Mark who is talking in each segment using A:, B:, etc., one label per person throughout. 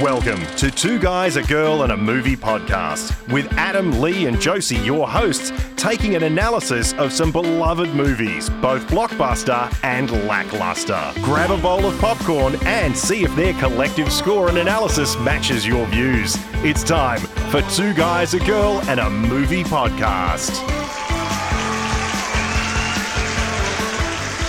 A: Welcome to Two Guys, a Girl, and a Movie podcast with Adam, Lee, and Josie, your hosts, taking an analysis of some beloved movies, both blockbuster and lackluster. Grab a bowl of popcorn and see if their collective score and analysis matches your views. It's time for Two Guys, a Girl, and a Movie podcast.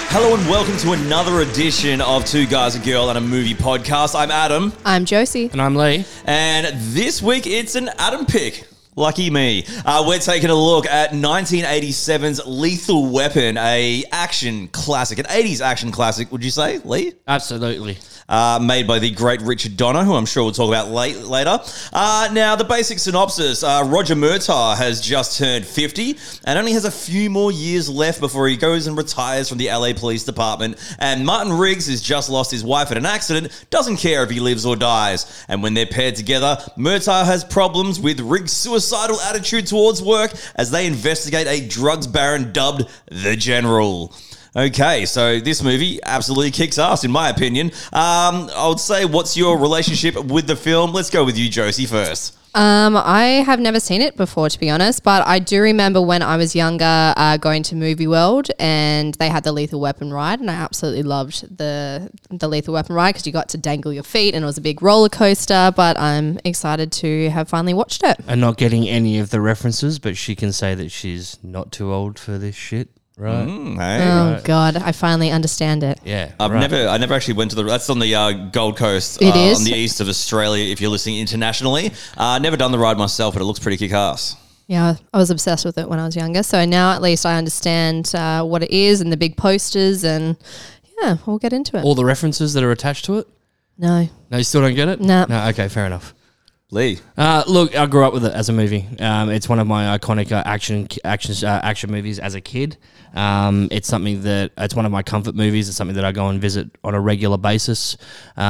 B: Hello and welcome to another edition of Two Guys, a Girl, and a Movie podcast. I'm Adam,
C: I'm Josie.
D: And I'm Lee.
B: and this week it's an Adam pick. Lucky me. Uh, we're taking a look at 1987's Lethal Weapon, a action classic, an 80s action classic, would you say, Lee?
D: Absolutely.
B: uh, made by the great Richard Donner, who I'm sure we'll talk about late, later. Uh, now, the basic synopsis uh, Roger Murtaugh has just turned 50 and only has a few more years left before he goes and retires from the LA Police Department. And Martin Riggs has just lost his wife in an accident, doesn't care if he lives or dies. And when they're paired together, Murtaugh has problems with Riggs' suicidal attitude towards work as they investigate a drugs baron dubbed the General. Okay, so this movie absolutely kicks ass, in my opinion. Um, I would say, what's your relationship with the film? Let's go with you, Josie, first.
C: Um, I have never seen it before, to be honest, but I do remember when I was younger uh, going to Movie World and they had the Lethal Weapon ride, and I absolutely loved the the Lethal Weapon ride because you got to dangle your feet and it was a big roller coaster. But I'm excited to have finally watched it.
D: And not getting any of the references, but she can say that she's not too old for this shit, right?
B: Mm, hey.
C: Oh God, I finally understand it.
D: Yeah.
B: I've
D: right.
B: never, I never actually went to the. That's on the uh, Gold Coast,
C: It
B: uh,
C: is?
B: on the east of Australia. If you're listening internationally, uh, never done the ride myself, but it looks pretty kick ass.
C: Yeah, I was obsessed with it when I was younger, so now at least I understand uh, what it is and the big posters, and yeah, we'll get into it.
D: all the references that are attached to it.
C: no,
D: No, you still don't get it.
C: No.
D: No. Okay, fair enough.
B: Lee,
D: Uh, look, I grew up with it as a movie. Um, it's one of my iconic uh, action action uh, action movies as a kid. Um, it's something that it's one of my comfort movies. It's something that I go and visit on a regular basis. Uh,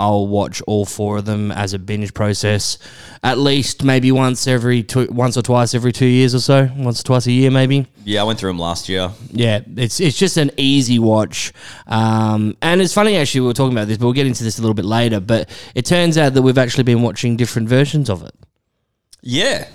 D: I'll watch all four of them as a binge process, at least maybe once every two, once or twice every two years or so, once or twice a year maybe
B: yeah, I went through them last year.
D: yeah, it's it's just an easy watch, um, and it's funny actually. We were talking about this, but we'll get into this a little bit later. But it turns out that we've actually been watching different versions of it.
B: Yeah,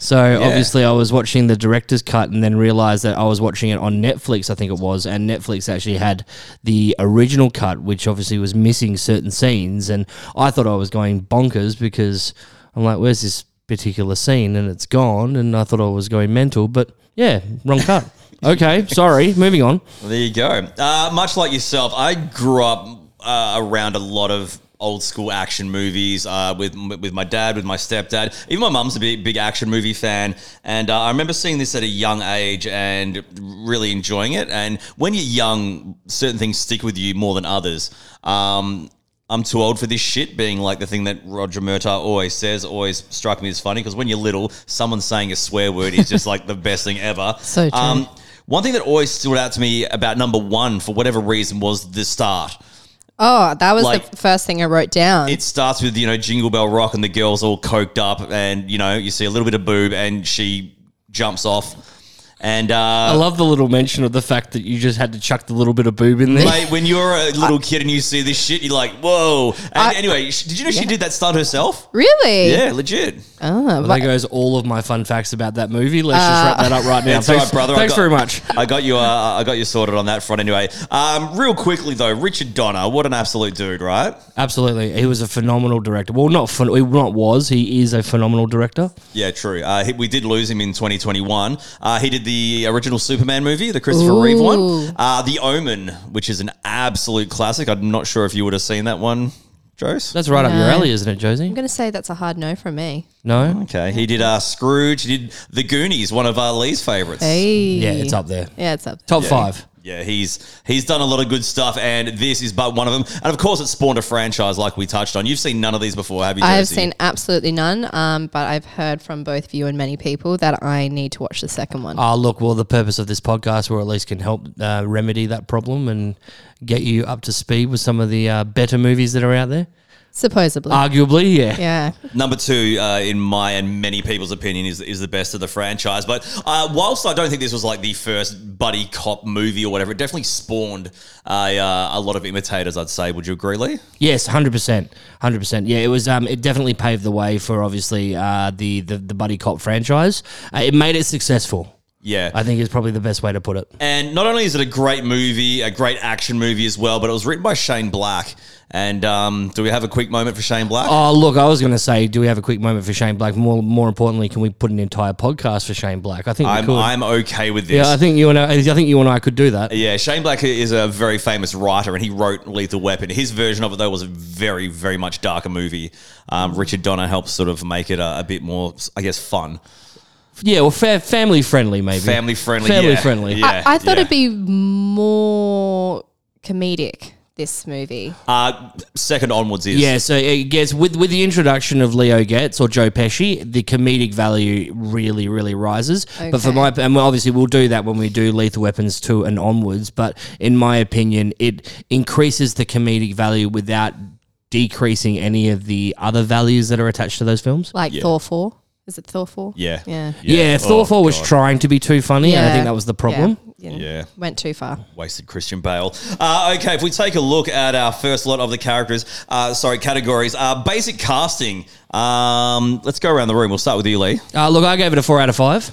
D: So obviously, I was watching the director's cut, and then realized that I was watching it on Netflix. I think it was, and Netflix actually had the original cut, which obviously was missing certain scenes. And I thought I was going bonkers because I'm like, "Where's this particular scene?" And it's gone, and I thought I was going mental. But yeah, wrong cut. okay, sorry. Moving on.
B: Well, there you go. Uh, much like yourself, I grew up uh, around a lot of old school action movies uh, with with my dad, with my stepdad. Even my mum's a big, big action movie fan, and uh, I remember seeing this at a young age and really enjoying it. And when you're young, certain things stick with you more than others. Um, I'm too old for this shit being like the thing that Roger Murtaugh always says always struck me as funny because when you're little, someone saying a swear word is just like the best thing ever. Um,
C: So true.
B: One thing that always stood out to me about number one, for whatever reason, was the start.
C: oh, that was
B: Like-
C: the first thing I wrote down.
B: It starts with, you know, Jingle Bell Rock and the girls all coked up, and, you know, you see a little bit of boob and she jumps off. And,
D: I
B: uh,
D: love the little mention of the fact that you just had to chuck the little bit of boob in there.
B: mate, when you're a little kid and you see this shit, you're like, whoa. And
C: I-
B: anyway, sh- did you know she did that stunt herself?
C: really?
B: Yeah, legit.
C: Oh,
D: there
C: but
D: goes all of my fun facts about that movie. Let's just wrap that up right now.
B: It's all right,
D: Uh, Thanks,
B: brother. I
D: Thanks
B: got-
D: very much.
B: I got you. Uh, I got you sorted on that front. Anyway, um, real quickly though, Richard Donner, what an absolute dude, right?
D: Absolutely, he was a phenomenal director. Well, not phen- he not was. He is a phenomenal director.
B: Yeah, true. Uh, he, we did lose him in 2021. Uh, he did the original Superman movie, the Christopher
C: Ooh.
B: Reeve one, uh, The Omen, which is an absolute classic. I'm not sure if you would have seen that one, Jose.
D: That's right up your
C: No.
D: alley, isn't it, Josie?
C: I'm going to say that's a hard no from me.
D: No.
B: Okay, he did uh, Scrooge. He did The Goonies, one of uh, Lee's favorites.
C: Hey.
D: Yeah, it's up there.
C: Yeah, it's up.
D: Top
B: Yeah,
D: five.
B: Yeah, he's he's done a lot of good stuff, and this is but one of them. And of course, it spawned a franchise, like we touched on. You've seen none of these before, have you?
C: I have
B: Josie?
C: seen absolutely none, um, but I've heard from both of you and many people that I need to watch the second one.
D: Ah, look. Well, the purpose of this podcast, or at least can help uh, remedy that problem and get you up to speed with some of the uh, better movies that are out there.
C: supposedly.
D: Arguably, yeah.
C: yeah.
B: Number two, uh, in my and many people's opinion, is is the best of the franchise. But uh, whilst I don't think this was like the first buddy cop movie or whatever, it definitely spawned a, uh, a lot of imitators. I'd say. Would you agree, Lee?
D: Yes, hundred percent, hundred percent. Yeah, it was. Um, it definitely paved the way for obviously uh, the, the the buddy cop franchise. Uh, it made it successful.
B: Yeah.
D: I think is probably the best way to put it.
B: And not only is it a great movie, a great action movie as well, but it was written by Shane Black. And um, do we have a quick moment for Shane Black?
D: Oh, look, I was going to say, do we have a quick moment for Shane Black? More, more importantly, can we put an entire podcast for Shane Black? I think we
B: I'm,
D: could.
B: I'm okay with this.
D: yeah, I think you and I, I think you and I could do that.
B: Yeah, Shane Black is a very famous writer, and he wrote *Lethal Weapon*. His version of it, though, was a very, very much darker movie. Um, Richard Donner helped sort of make it a, a bit more, I guess, fun,
D: Yeah, well, fa- family friendly, maybe.
B: family friendly.
D: Family
B: yeah.
D: friendly. I-
B: Yeah,
C: I, I thought
B: yeah.
C: it'd be more comedic, this movie.
B: uh, second onwards is
D: Yeah, so it gets with with the introduction of Leo Getz or Joe Pesci, the comedic value really, really rises. But for
C: Okay.
D: my and well, obviously we'll do that when we do Lethal Weapons two and onwards. But in my opinion, it increases the comedic value without decreasing any of the other values that are attached to those films.
C: Like
B: Yeah.
C: Thor 4. Is it Thor 4?
B: Yeah.
C: Yeah.
D: Yeah, Thor
B: Oh,
D: four was
B: God.
D: trying to be too funny, and I
C: Yeah.
D: think that was the problem.
C: Yeah.
B: Yeah.
C: Went too far.
B: Wasted Christian Bale. Uh, okay, if we take a look at our first lot of the characters, uh, sorry, categories, uh, basic casting. Um, let's go around the room. We'll start with you, Lee.
D: Uh, look, I gave it a four out of five.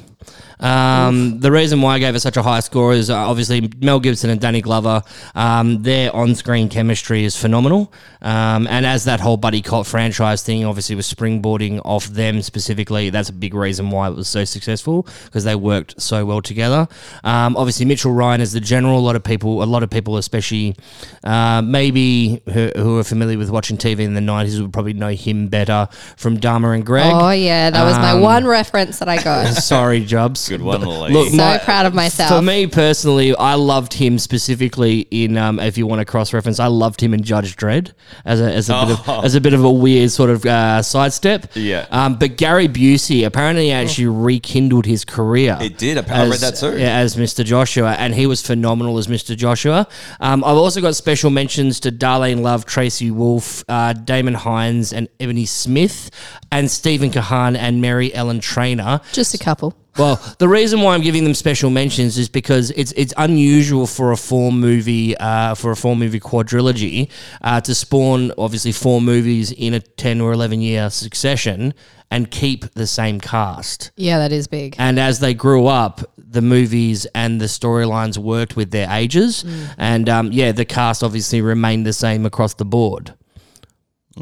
D: Um, the reason why I gave it such a high score is uh, obviously Mel Gibson and Danny Glover. Um, their on-screen chemistry is phenomenal, um, and as that whole buddy cop franchise thing obviously was springboarding off them specifically, that's a big reason why it was so successful because they worked so well together. Um, obviously, Mitchell Ryan is the general. A lot of people, a lot of people, especially uh, maybe who, who are familiar with watching TV in the nineties, would probably know him better from Dharma and Greg.
C: Oh, yeah. That was my
D: um,
C: one reference that I got.
D: Sorry, Jobs.
B: Good one, Lee.
C: So proud of myself.
D: For me personally, I loved him specifically in, um, if you want to cross reference, I loved him in Judge Dredd as a, as a, bit, of, as a bit of a weird sort of uh, sidestep.
B: Oh. Yeah.
D: Um, but Gary Busey apparently actually rekindled his career.
B: It did. I read that too.
D: Yeah, as Mr. Joshua, and he was phenomenal as Mr. Joshua. Um, I've also got special mentions to Darlene Love, Tracy Wolf, uh, Damon Hines, and Ebony Smith, and Stephen Kahan and Mary Ellen Trainer.
C: Just a couple.
D: Well, the reason why I'm giving them special mentions is because it's it's unusual for a four movie uh, for a four movie quadrilogy uh, to spawn obviously four movies in a ten or eleven year succession and keep the same cast.
C: Yeah, that is big.
D: And as they grew up, the movies and the storylines worked with their ages,
B: Mm.
D: and um, yeah, the cast obviously remained the same across the board.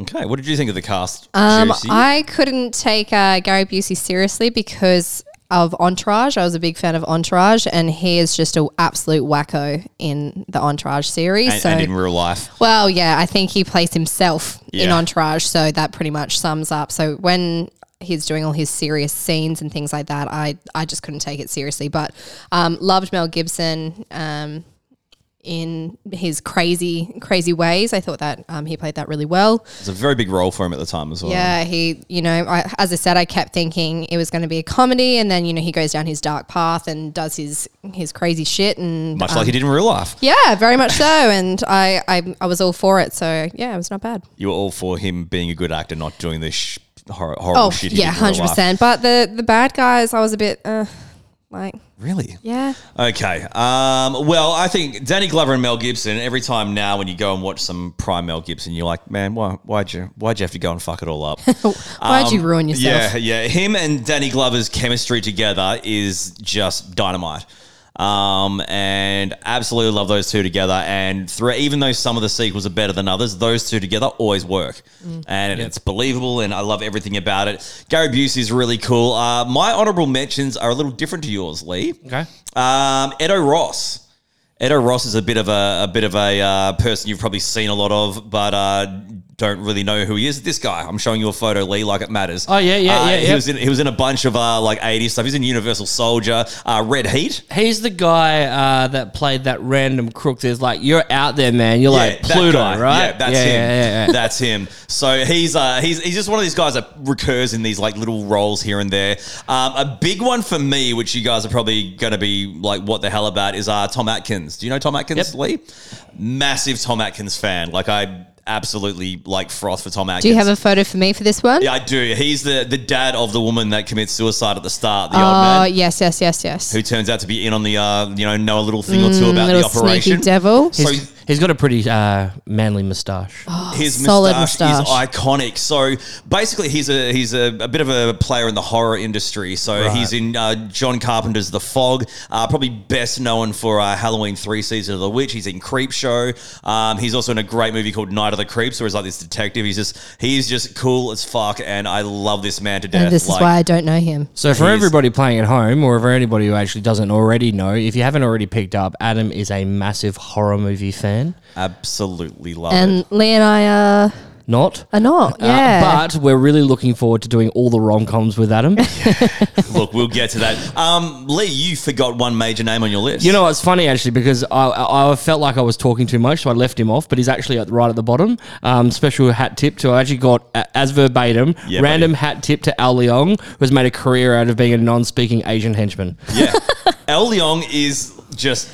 B: Okay, what did you think of the cast?
C: Um,
B: Juicy?
C: I couldn't take uh, Gary Busey seriously because of Entourage. I was a big fan of Entourage, and he is just an absolute wacko in the Entourage series.
B: and,
C: so,
B: and in real life.
C: well, yeah, I think he plays himself in
B: Yeah.
C: Entourage, so that pretty much sums up. So when he's doing all his serious scenes and things like that, I I just couldn't take it seriously. But um, loved Mel Gibson. Um, in his crazy, crazy ways, I thought that um, he played that really well.
B: It's a very big role for him at the time as well.
C: Yeah, he, you know, I, as I said, I kept thinking it was going to be a comedy, and then you know he goes down his dark path and does his his crazy shit, and uh,
B: Much like he did in real life.
C: yeah, very much so. And I, I, I was all for it, so yeah, it was not bad.
B: You were all for him being a good actor, not doing this sh- hor- horrible
C: Oh
B: shit. he
C: yeah,
B: did in real life.
C: hundred percent. But the the bad guys, I was a bit uh, like,
B: Really?
C: yeah,
B: Okay. Um, well, I think Danny Glover and Mel Gibson. Every time now, when you go and watch some prime Mel Gibson, you're like, man, why, why'd you, why'd you have to go and fuck it all up?
C: oh, why'd you
B: Um,
C: ruin yourself?
B: Yeah, yeah. Him and Danny Glover's chemistry together is just dynamite. Um, and absolutely love those two together. And through, even though some of the sequels are better than others, those two together always work.
C: Mm.
B: And it's believable, and I love everything about it. Gary Busey is really cool. Uh, my honorable mentions are a little different to yours, Lee.
D: Okay.
B: Um, Edo Ross. Edo Ross is a bit of a, a bit of a uh, person you've probably seen a lot of, but uh, don't really know who he is. This guy, I'm showing you a photo, Lee, like it matters.
D: Oh, yeah, yeah,
B: Uh,
D: yeah,
B: He
D: yeah.
B: was in he was in a bunch of uh, like 80s stuff. He's in Universal Soldier, uh, Red Heat.
D: He's the guy uh, that played that random crook. There's like you're out there, man. You're like
B: that
D: Pluto,
B: guy.
D: right?
B: Yeah, that's
D: yeah,
B: him.
D: yeah, yeah, yeah.
B: That's him. So he's uh, he's he's just one of these guys that recurs in these like little roles here and there. Um, a big one for me, which you guys are probably going to be like, what the hell about, is uh, Tom Atkins. Do you know Tom Atkins, Lee? Massive Tom Atkins fan. Like I absolutely like froth for Tom Atkins.
C: Do you have a photo for me for this one?
B: Yeah, I do. He's the, the dad of the woman that commits suicide at the start, the odd
C: Oh
B: man,
C: yes, yes, yes, yes.
B: who turns out to be in on the, uh, you know, know a little thing or two about
C: Mm, Little
B: the operation.
C: sneaky devil.
B: So
D: He's- he's got a pretty uh, manly moustache.
B: his
C: Oh, solid
B: moustache is
C: moustache.
B: iconic. So basically, he's a he's a, a bit of a player in the horror industry. So he's in uh, John Carpenter's The Fog, uh, probably best known for uh, Halloween three season of The Witch. He's in Creep Show. Um, he's also in a great movie called Night of the Creeps, where he's like this detective. He's just he's just cool as fuck, and I love this man to death.
C: and this
B: like,
C: is why I don't know him.
D: So for
B: He's-
D: everybody playing at home, or for anybody who actually doesn't already know, if you haven't already picked up, Adam is a massive horror movie fan.
B: absolutely love it.
C: And Lee and I are,
D: Not.
C: are not.
D: Uh,
C: Yeah.
D: but we're really looking forward to doing all the rom coms with Adam.
B: Look, we'll get to that. Um, Lee, you forgot one major name on your list.
D: you know, it's funny actually because I, I I felt like I was talking too much, so I left him off. But he's actually at, right at the bottom. Um, special hat tip to I actually got a- as verbatim
B: Yeah,
D: random hat tip to Al Leong, who's made a career out of being a non-speaking Asian henchman.
B: Yeah. El Leong is just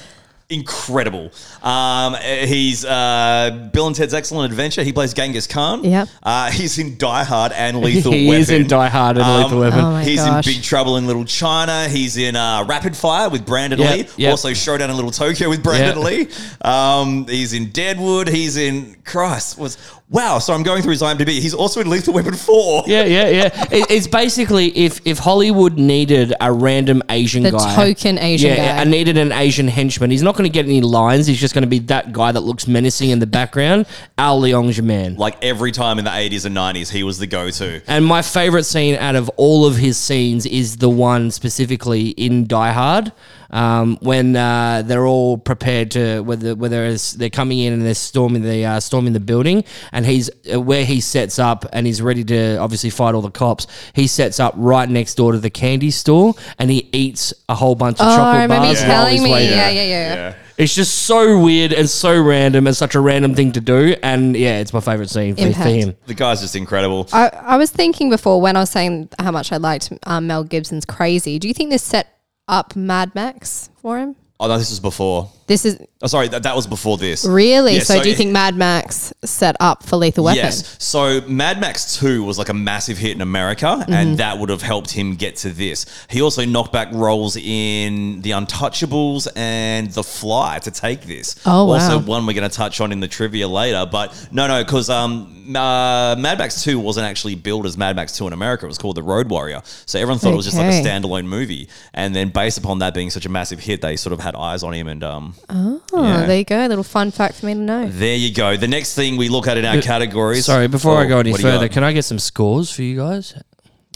B: incredible. Um, he's uh, Bill and Ted's Excellent Adventure. He plays Genghis Khan.
C: Yep.
B: Uh, he's in Die Hard and Lethal
D: he
B: Weapon. Um,
D: is in Die Hard and Lethal Weapon.
C: Oh my
B: he's
C: gosh.
B: in Big Trouble in Little China. He's in uh, Rapid Fire with Brandon
D: Yeah,
B: Lee.
D: yeah.
B: Also Showdown in Little Tokyo with Brandon
D: Yeah.
B: Lee. Um, he's in Deadwood. He's in Christ was wow. So I'm going through his IMDb. He's also in Lethal Weapon Four.
D: Yeah, yeah, yeah. It, it's basically if if Hollywood needed a random Asian
C: The
D: guy,
C: token Asian
D: yeah,
C: guy.
D: I needed an Asian henchman. He's not going to get any lines. He's just going to be that guy that looks menacing in the background. Al Leong's your man.
B: Like every time in the 80s and 90s, he was the go-to.
D: And my favorite scene out of all of his scenes is the one specifically in Die Hard, um, when uh, they're all prepared to whether whether it's, they're coming in and they're storming the uh, storming the building, and he's uh, where he sets up and he's ready to obviously fight all the cops. He sets up right next door to the candy store, and he eats a whole bunch of
C: oh, I
D: chocolate
C: remember you
D: bars. while
C: telling
D: he's
C: me.
D: waiting.
C: Yeah, yeah, yeah.
D: It's just so weird and so random and such a random thing to do, and yeah, it's my favorite scene for, for
C: Impact.
D: him.
B: The guy's just incredible.
C: I, I was thinking before when I was saying how much I liked um, Mel Gibson's Crazy. Do you think this set up Mad Max for him?
B: Oh no, this was before.
C: This is
B: Oh, sorry, that, that was before this.
C: really.
B: Yeah,
C: so, do you
B: it-
C: think Mad Max set up for Lethal Weapon?
B: Yes. So Mad Max 2 was like a massive hit in America,
C: Mm-hmm.
B: and that would have helped him get to this. He also knocked back roles in The Untouchables and The Fly to take this.
C: Oh, wow.
B: Also, one we're going to touch on in the trivia later. But no, no, because um, uh, Mad Max 2 wasn't actually billed as Mad Max 2 in America. It was called The Road Warrior. So everyone thought it was just like a
C: Okay.
B: standalone movie. And then, based upon that being such a massive hit, they sort of had eyes on him and. Um,
C: Oh,
B: Yeah. Mm.
C: there you go. A little fun fact for me to know.
B: There you go. The next thing we look at in our categories.
D: Sorry, before I
B: Oh,
D: go any
B: what do you
D: further,
B: got?
D: can I get some scores for you guys?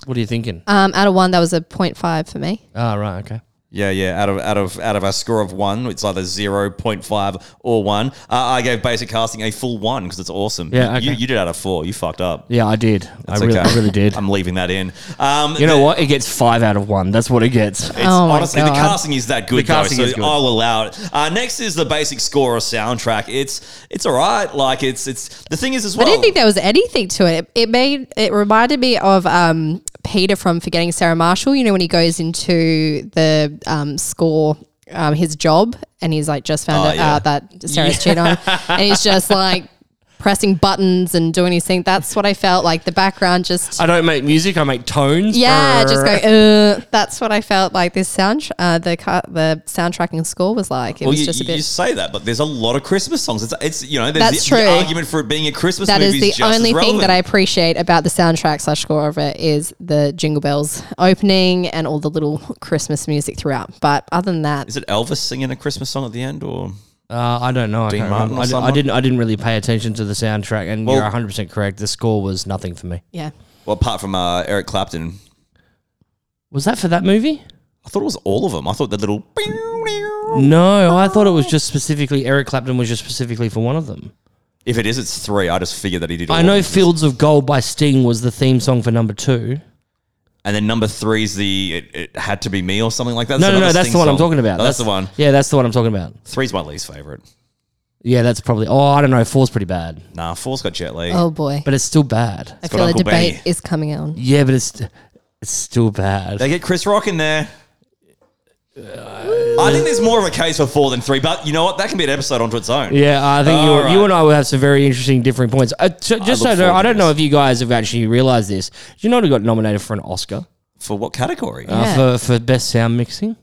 D: What are you thinking?
C: Um, out of one, that was a 0.5 for me.
D: Ah, right, okay.
B: yeah, yeah. Out of out of out of our score of one, it's either zero point five or one. Uh, I gave basic casting a full one because it's awesome.
D: Yeah,
B: You- you,
D: okay.
B: you did out of four. You fucked up.
D: Yeah, I did. I
B: It's
D: really,
B: okay.
D: I really did.
B: I'm leaving that in. Um,
D: you know what? It gets five out of one. That's what it gets.
B: It's
C: Oh my
B: honestly, the
C: God.
B: casting is that good,
D: The casting
B: though,
D: is
B: so
D: good.
B: I'll allow it. Uh, next is the basic score or soundtrack. It's it's all right. Like it's it's the thing is as well.
C: I didn't think there was anything to it. It made it reminded me of um, Peter from Forgetting Sarah Marshall. You know when he goes into the um, score. Um, his job, and he's like just found
B: Oh,
C: out
B: yeah.
C: uh, that Sarah's cheated on, him. and he's just like pressing buttons and doing his thing. That's what I felt like. The background just,
B: Uh,
D: I don't make music. I make tones.
C: yeah, just
D: Brrr.
C: going. Uh, that's what I felt like. This sound, uh, the ca- the soundtracking score was like. It
B: Well,
C: was
B: you,
C: just a
B: you
C: bit.
B: say that, but there's a lot of Christmas songs. It's, it's you know, there's
C: That's
B: the, the
C: true.
B: argument for it being a Christmas
C: That
B: movie.
C: is the
B: just as
C: only thing that
B: relevant.
C: I appreciate about the soundtrack slash score of it is the Jingle Bells opening and all the little Christmas music throughout. But other than that,
B: Is it Elvis singing a Christmas song at the end, or
D: Uh, I don't know. I, can't
B: Martin
D: remember.
B: or
D: I, di- I
B: someone?
D: didn't. I didn't really pay attention to the soundtrack. And
B: Well-
D: you're 100 percent correct. The score was nothing for me.
C: yeah.
B: well, apart from uh, Eric Clapton?
D: Was that for that movie?
B: I thought it was all of them. I thought the little.
D: No, I thought it was just specifically Eric Clapton was just specifically for one of them.
B: If it is, it's three. I just figured that he did. All
D: I know
B: Of them.
D: "Fields of Gold" by Sting was the theme song for number two.
B: And then number three is the it, it had to be me or something like that.
D: No,
B: It's
D: no, no,
B: another
D: that's
B: Sting
D: the one I'm
B: song.
D: talking about.
B: No, that's, the one.
D: Yeah, that's the one I'm talking about.
B: Three's my least favorite.
D: Yeah, that's probably. Oh, I don't know. Four's pretty bad,
B: Nah, four's got Jet Li.
C: Oh boy,
D: but it's still bad.
C: I
B: got
C: feel a
B: Uncle
C: debate
B: Benny.
C: is coming on.
D: Yeah, but it's it's still bad.
B: They get Chris Rock in there. I think there's more of a case for four than three, but you know what? That can be an episode onto its own.
D: Yeah, I think
B: All
D: you, you
B: right.
D: and I will have some very interesting differing points. Uh, t- just so
B: look
D: I know,
B: forward
D: I
B: to
D: don't know
B: this.
D: if you guys have actually realized this. Do you know he got nominated for an Oscar
B: For what category?
D: uh,
C: Yeah.
D: for, for best sound mixing?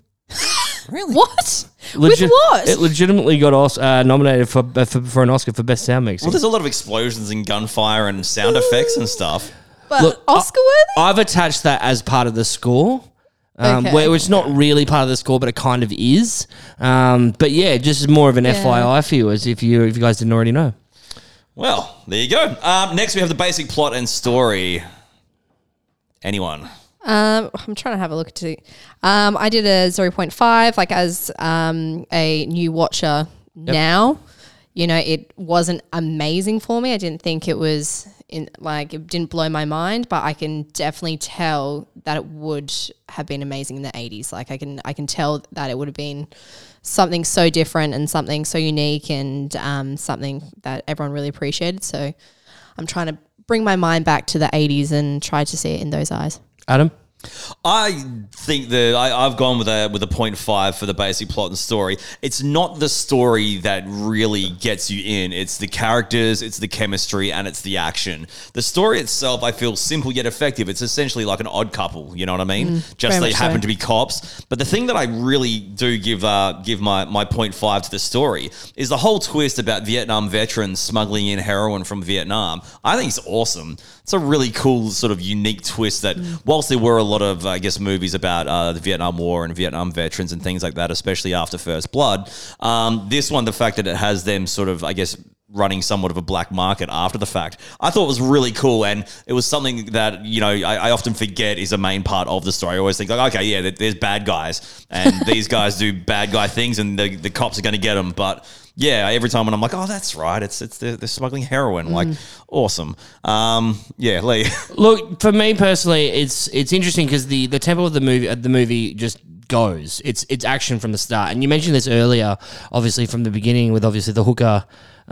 B: really?
C: What?
D: Legi-
C: With what?
D: It legitimately got os- uh, nominated for, uh, for for an Oscar for best sound mixing.
B: Well, there's a lot of explosions and gunfire and sound effects and stuff.
C: but
D: Look, I-
C: Oscar worthy?
D: I've attached that as part of the score. Um,
C: Okay.
D: Where it's not really part of the score, but it kind of is. Um, but yeah, just more of an FYI for you, as if you if you guys didn't already know.
B: Well, there you go. Um, next, we have the basic plot and story. Anyone?
C: Um, I'm trying to have a look to. Um, I did a 0.5, like as um, a new watcher now. You know, it wasn't amazing for me. I didn't think it was in like it didn't blow my mind, but I can definitely tell that it would have been amazing in the 80s. Like I can I can tell that it would have been something so different and something so unique and um, something that everyone really appreciated. So I'm trying to bring my mind back to the 80s and try to see it in those eyes.
D: Adam,
B: I think that I, I've gone with a with a point five for the basic plot and story. It's not the story that really gets you in. It's the characters, it's the chemistry, and it's the action. The story itself, I feel, simple yet effective. It's essentially like an odd couple. You know what I mean? Just
C: Mm, very
B: they
C: much
B: happen
C: so.
B: to be cops. But the thing that I really do give uh, give my my point five to the story is the whole twist about Vietnam veterans smuggling in heroin from Vietnam. I think it's awesome. It's a really cool sort of unique twist that whilst there were a lot of I guess movies about uh, the Vietnam War and Vietnam veterans and things like that, especially after First Blood, um, this one the fact that it has them sort of I guess running somewhat of a black market after the fact. I thought it was really cool, and it was something that you know I, I often forget is a main part of the story. I always think like, okay, yeah, there- there's bad guys, and these guys do bad guy things, and the, the cops are going to get them. But yeah, every time when I'm like, oh, that's right, it's it's they're, they're smuggling heroin, like awesome. Um, yeah, Lee,
D: Look, for me personally, it's it's interesting because the the tempo of the movie uh, the movie just goes. It's it's action from the start, and you mentioned this earlier, obviously from the beginning with obviously the hooker.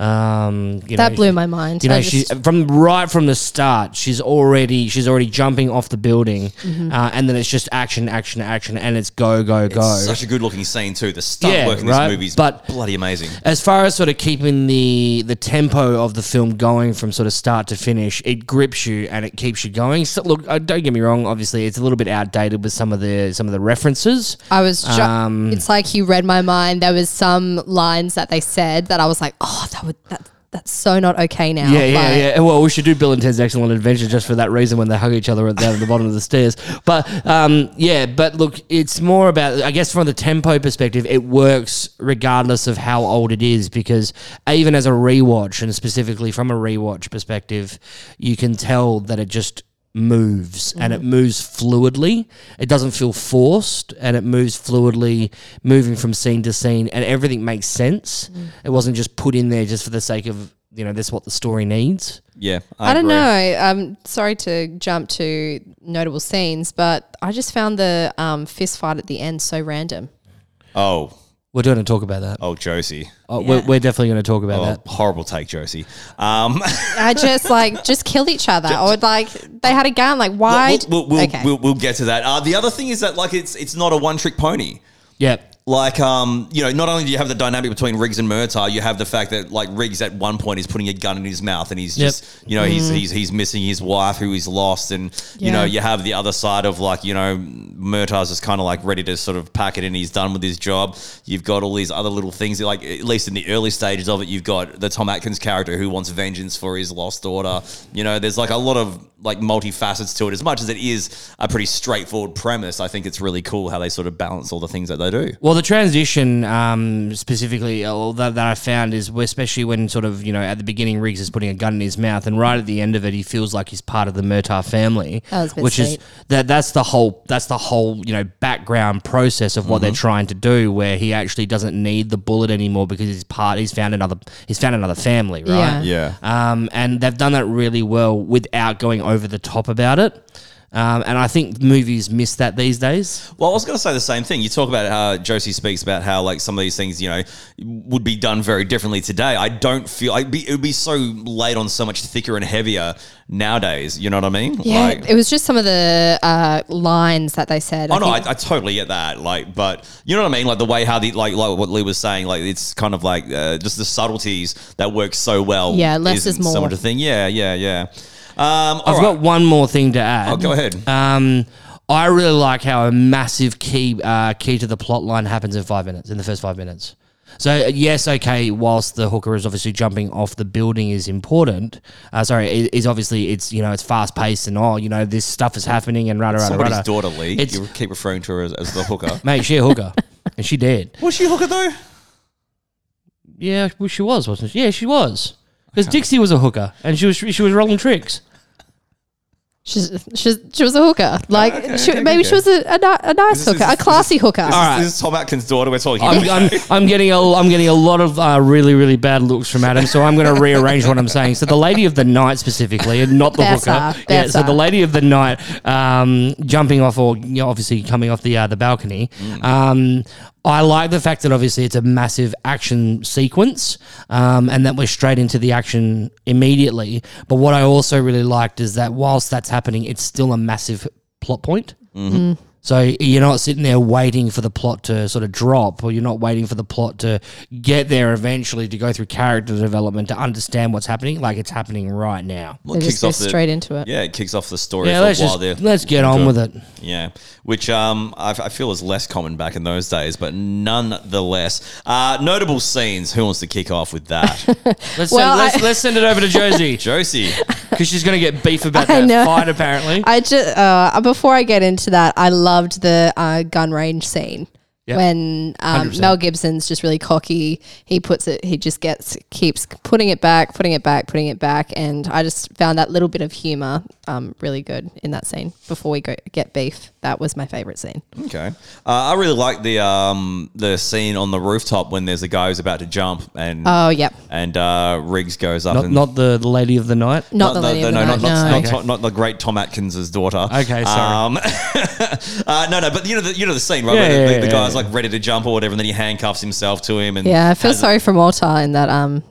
D: Um, you
C: That
D: know,
C: blew my mind.
D: You know,
C: I
D: she
C: just-
D: from right from the start, she's already she's already jumping off the building,
C: Mm-hmm.
D: uh, and then it's just action, action, action, and it's go, go, go.
B: such a good looking scene too. The stunt
D: Yeah,
B: work in
D: right,
B: this movie's
D: but-
B: bloody amazing.
D: as far as sort of keeping the the tempo of the film going from sort of start to finish, it grips you and it keeps you going. So look, uh, don't get me wrong. Obviously, it's a little bit outdated with some of the some of the references.
C: I was. Ju-
B: Um,
C: it's like you read my mind. There was some lines that they said that I was like, oh, that would that that's so not okay now.
D: Yeah, yeah,
C: Like,
D: yeah. Well, we should do Bill and Ted's Excellent Adventure just for that reason when they hug each other at the, at the bottom of the stairs. But um, yeah, but look, it's more about I guess from the tempo perspective, it works regardless of how old it is because even as a rewatch and specifically from a rewatch perspective, you can tell that it just moves and it moves fluidly it doesn't feel forced and it moves fluidly moving from scene to scene and everything makes sense it wasn't just put in there just for the sake of you know that's what the story needs
B: Yeah,
C: I don't
B: agree.
C: know. I'm sorry to jump to notable scenes, but I just found the um, fist fight at the end so random.
B: Oh,
D: we're going to talk about that
B: oh, Josie.
D: oh, we're, we're definitely going to talk about
B: Oh,
D: that
B: horrible take, Josie. Um,
C: I just like just killed each other, or like they had a gun. Like why? d-
B: We'll, we'll, we'll,
C: okay.
B: we'll, we'll get to that. Uh, the other thing is that like it's it's not a one trick pony.
D: yeah
B: Like um, you know, not only do you have the dynamic between Riggs and Murtaugh, you have the fact that like Riggs at one point is putting a gun in his mouth and he's
D: Yep.
B: just you know he's he's he's missing his wife who he's lost, and you know
C: Yeah.
B: you have the other side of like you know Murtaugh's just kind of like ready to sort of pack it in. He's done with his job. You've got all these other little things like at least in the early stages of it, you've got the Tom Atkins character who wants vengeance for his lost daughter. You know, there's like a lot of like multifacets to it. As much as it is a pretty straightforward premise, I think it's really cool how they sort of balance all the things that they do.
D: well the transition um, specifically uh, that, that i found is especially when sort of you know at the beginning riggs is putting a gun in his mouth and right at the end of it he feels like he's part of the murtaugh family
C: That was a bit
D: which is
C: sweet.
D: that that's the whole that's the whole you know background process of what
B: Mm-hmm.
D: they're trying to do where he actually doesn't need the bullet anymore because he's part he's found another he's found another family right
C: Yeah.
B: Yeah.
D: um, and they've done that really well without going over the top about it Um, and I think movies miss that these days.
B: Well, I was going to say the same thing. You talk about how Josie speaks about how like some of these things, you know, would be done very differently today. I don't feel I'd be, it would be so laid on so much thicker and heavier nowadays. You know what I mean?
C: Yeah,
B: Like,
C: it was just some of the uh, lines that they said.
B: Oh no, I,
C: think-
B: I totally get that. Like, but you know what I mean? Like the way how the like like what Lee was saying, like it's kind of like uh, just the subtleties that work so well.
C: Yeah, less is
B: So
C: more.
B: much a thing. Yeah, yeah, yeah. Um, all
D: I've
B: right.
D: got one more thing to add.
B: Oh, go ahead.
D: Um, I really like how a massive key uh, key to the plot line happens in five minutes, in the first five minutes. So yes, okay. Whilst the hooker is obviously jumping off the building is important, uh, sorry, i- is obviously it's you know it's fast paced and all you know this stuff is happening and rada rada
B: Somebody's
D: rada.
B: daughter, Lee.
D: It's-
B: you keep referring to her as, as the hooker.
D: Mate, she a hooker, and she did.
B: was she a hooker though?
D: Yeah, well, she was, wasn't she? Yeah, she was. Because Dixie was a hooker, and she was she was rolling tricks.
C: she's, she's, she was a hooker. Like she,
B: Oh, okay,
C: maybe
B: okay.
C: she was a, a, ni- a nice
B: This is-
C: hooker, a
B: this is-
C: classy hooker.
B: This,
D: All right.
B: is, this is Tom Atkins' daughter. We're talking.
D: I'm,
B: about.
D: I'm, I'm getting a I'm getting a lot of uh, really really bad looks from Adam, so I'm going to rearrange what I'm saying. So the lady of the night specifically, and not the
C: Better,
D: hooker. Yeah. So
C: better.
D: the lady of the night um, jumping off, or you know, obviously coming off the uh, the balcony. Um, I like the fact that obviously it's a massive action sequence, um, and that we're straight into the action immediately. But what I also really liked is that whilst that's happening, it's still a massive plot point. So you're not sitting there waiting for the plot to sort of drop, or you're not waiting for the plot to get there eventually to go through character development to understand what's happening. Like it's happening right now.
B: Well,
C: They
B: it
C: just
B: kicks
C: go
B: off the-
C: straight into it.
B: Yeah, it kicks off the story
D: Yeah,
B: for a while
D: let's just
B: there.
D: let's get on with it.
B: Yeah, which um, I, I feel is less common back in those days, but nonetheless, uh, notable scenes. Who wants to kick off with that?
D: Let's
C: Well,
D: send, let's,
C: I-
D: let's send it over to Josie
B: Josie,
D: because she's going to get beef about
C: I
D: that
C: know.
D: fight apparently.
C: I just uh, before I get into that, I loved the uh, gun range scene
D: Yeah.
C: when um,
D: 100%.
C: Mel Gibson's just really cocky. He puts it, he just gets keeps putting it back, putting it back, putting it back, and I just found that little bit of humor um, really good in that scene. Before we go get beef, that was my favorite scene.
B: okay. Uh, I really like the um, the scene on the rooftop when there's a guy who's about to jump and
C: Oh yep,
B: and uh, Riggs goes up
D: Not
B: and
D: not the, the lady of the night.
C: not the lady of
B: no,
C: the night.
B: Not, not,
C: no.
B: not, Tom- not the great Tom Atkins' daughter.
D: Okay, sorry.
B: Um, uh, no, no, but you know the you know the scene, right?
D: Yeah,
B: where the,
D: yeah,
B: the
D: yeah,
B: guy's
D: yeah.
B: like ready to jump or whatever, and then he handcuffs himself to him, and
C: Yeah, I feel
B: has-
C: sorry for Mortar in that um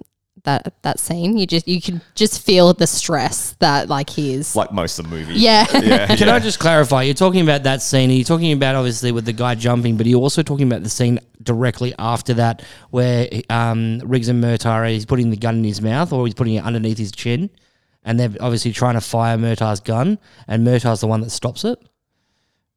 C: that that scene. You just you can just feel the stress that like he is.
B: like most of the movie.
C: Yeah.
B: yeah.
D: Can
B: yeah.
D: I just clarify? You're talking about that scene. You're talking about obviously with the guy jumping, but you're also talking about the scene directly after that where um, Riggs and Murtar he's putting the gun in his mouth or he's putting it underneath his chin, and they're obviously trying to fire Murtar's gun, and Murtar's the one that stops it.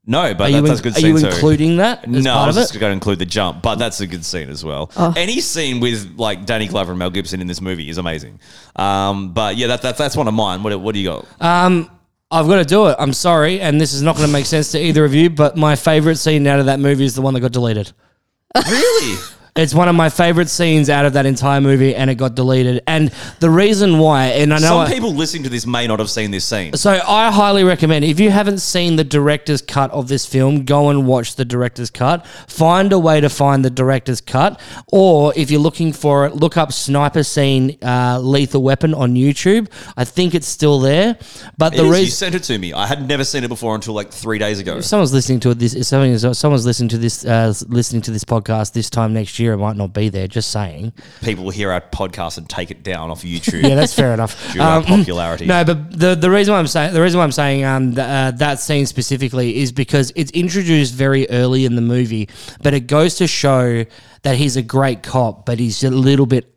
B: No, but
D: Are
B: that,
D: you,
B: that's a
D: in-
B: good
D: are
B: scene
D: you
B: too.
D: including that as
B: no, I
D: part
B: was
D: of
B: just
D: it?
B: going to include the jump, but that's a good scene as well.
C: Oh.
B: Any scene with like Danny Glover and Mel Gibson in this movie is amazing. Um, but yeah, that, that, that's one of mine. What, what do you got?
D: Uh, I've got to do it. I'm sorry, and this is not going to make sense to either of you, but my favorite scene out of that movie is the one that got deleted.
B: really?
D: It's one of my favorite scenes out of that entire movie, and it got deleted. And the reason why, and I know
B: Some
D: I-
B: people listening to this may not have seen this scene.
D: So I highly recommend if you haven't seen the director's cut of this film, go and watch the director's cut. Find a way to find the director's cut, or if you're looking for it, look up "sniper scene uh, lethal weapon" on YouTube. I think it's still there. But
B: It
D: the
B: is, you
D: reason
B: sent it to me. I had never seen it before until like three days ago.
D: if someone's listening to it, this if someone is- someone's listening to this uh, listening to this podcast this time next year, it might not be there. Just saying.
B: People will hear our podcast and take it down off YouTube.
D: Yeah, that's fair enough.
B: Due to
C: Um,
B: our popularity.
D: No, but the the reason why I'm saying the reason why I'm saying um th- uh, that scene specifically is because it's introduced very early in the movie, but it goes to show that he's a great cop, but he's a little bit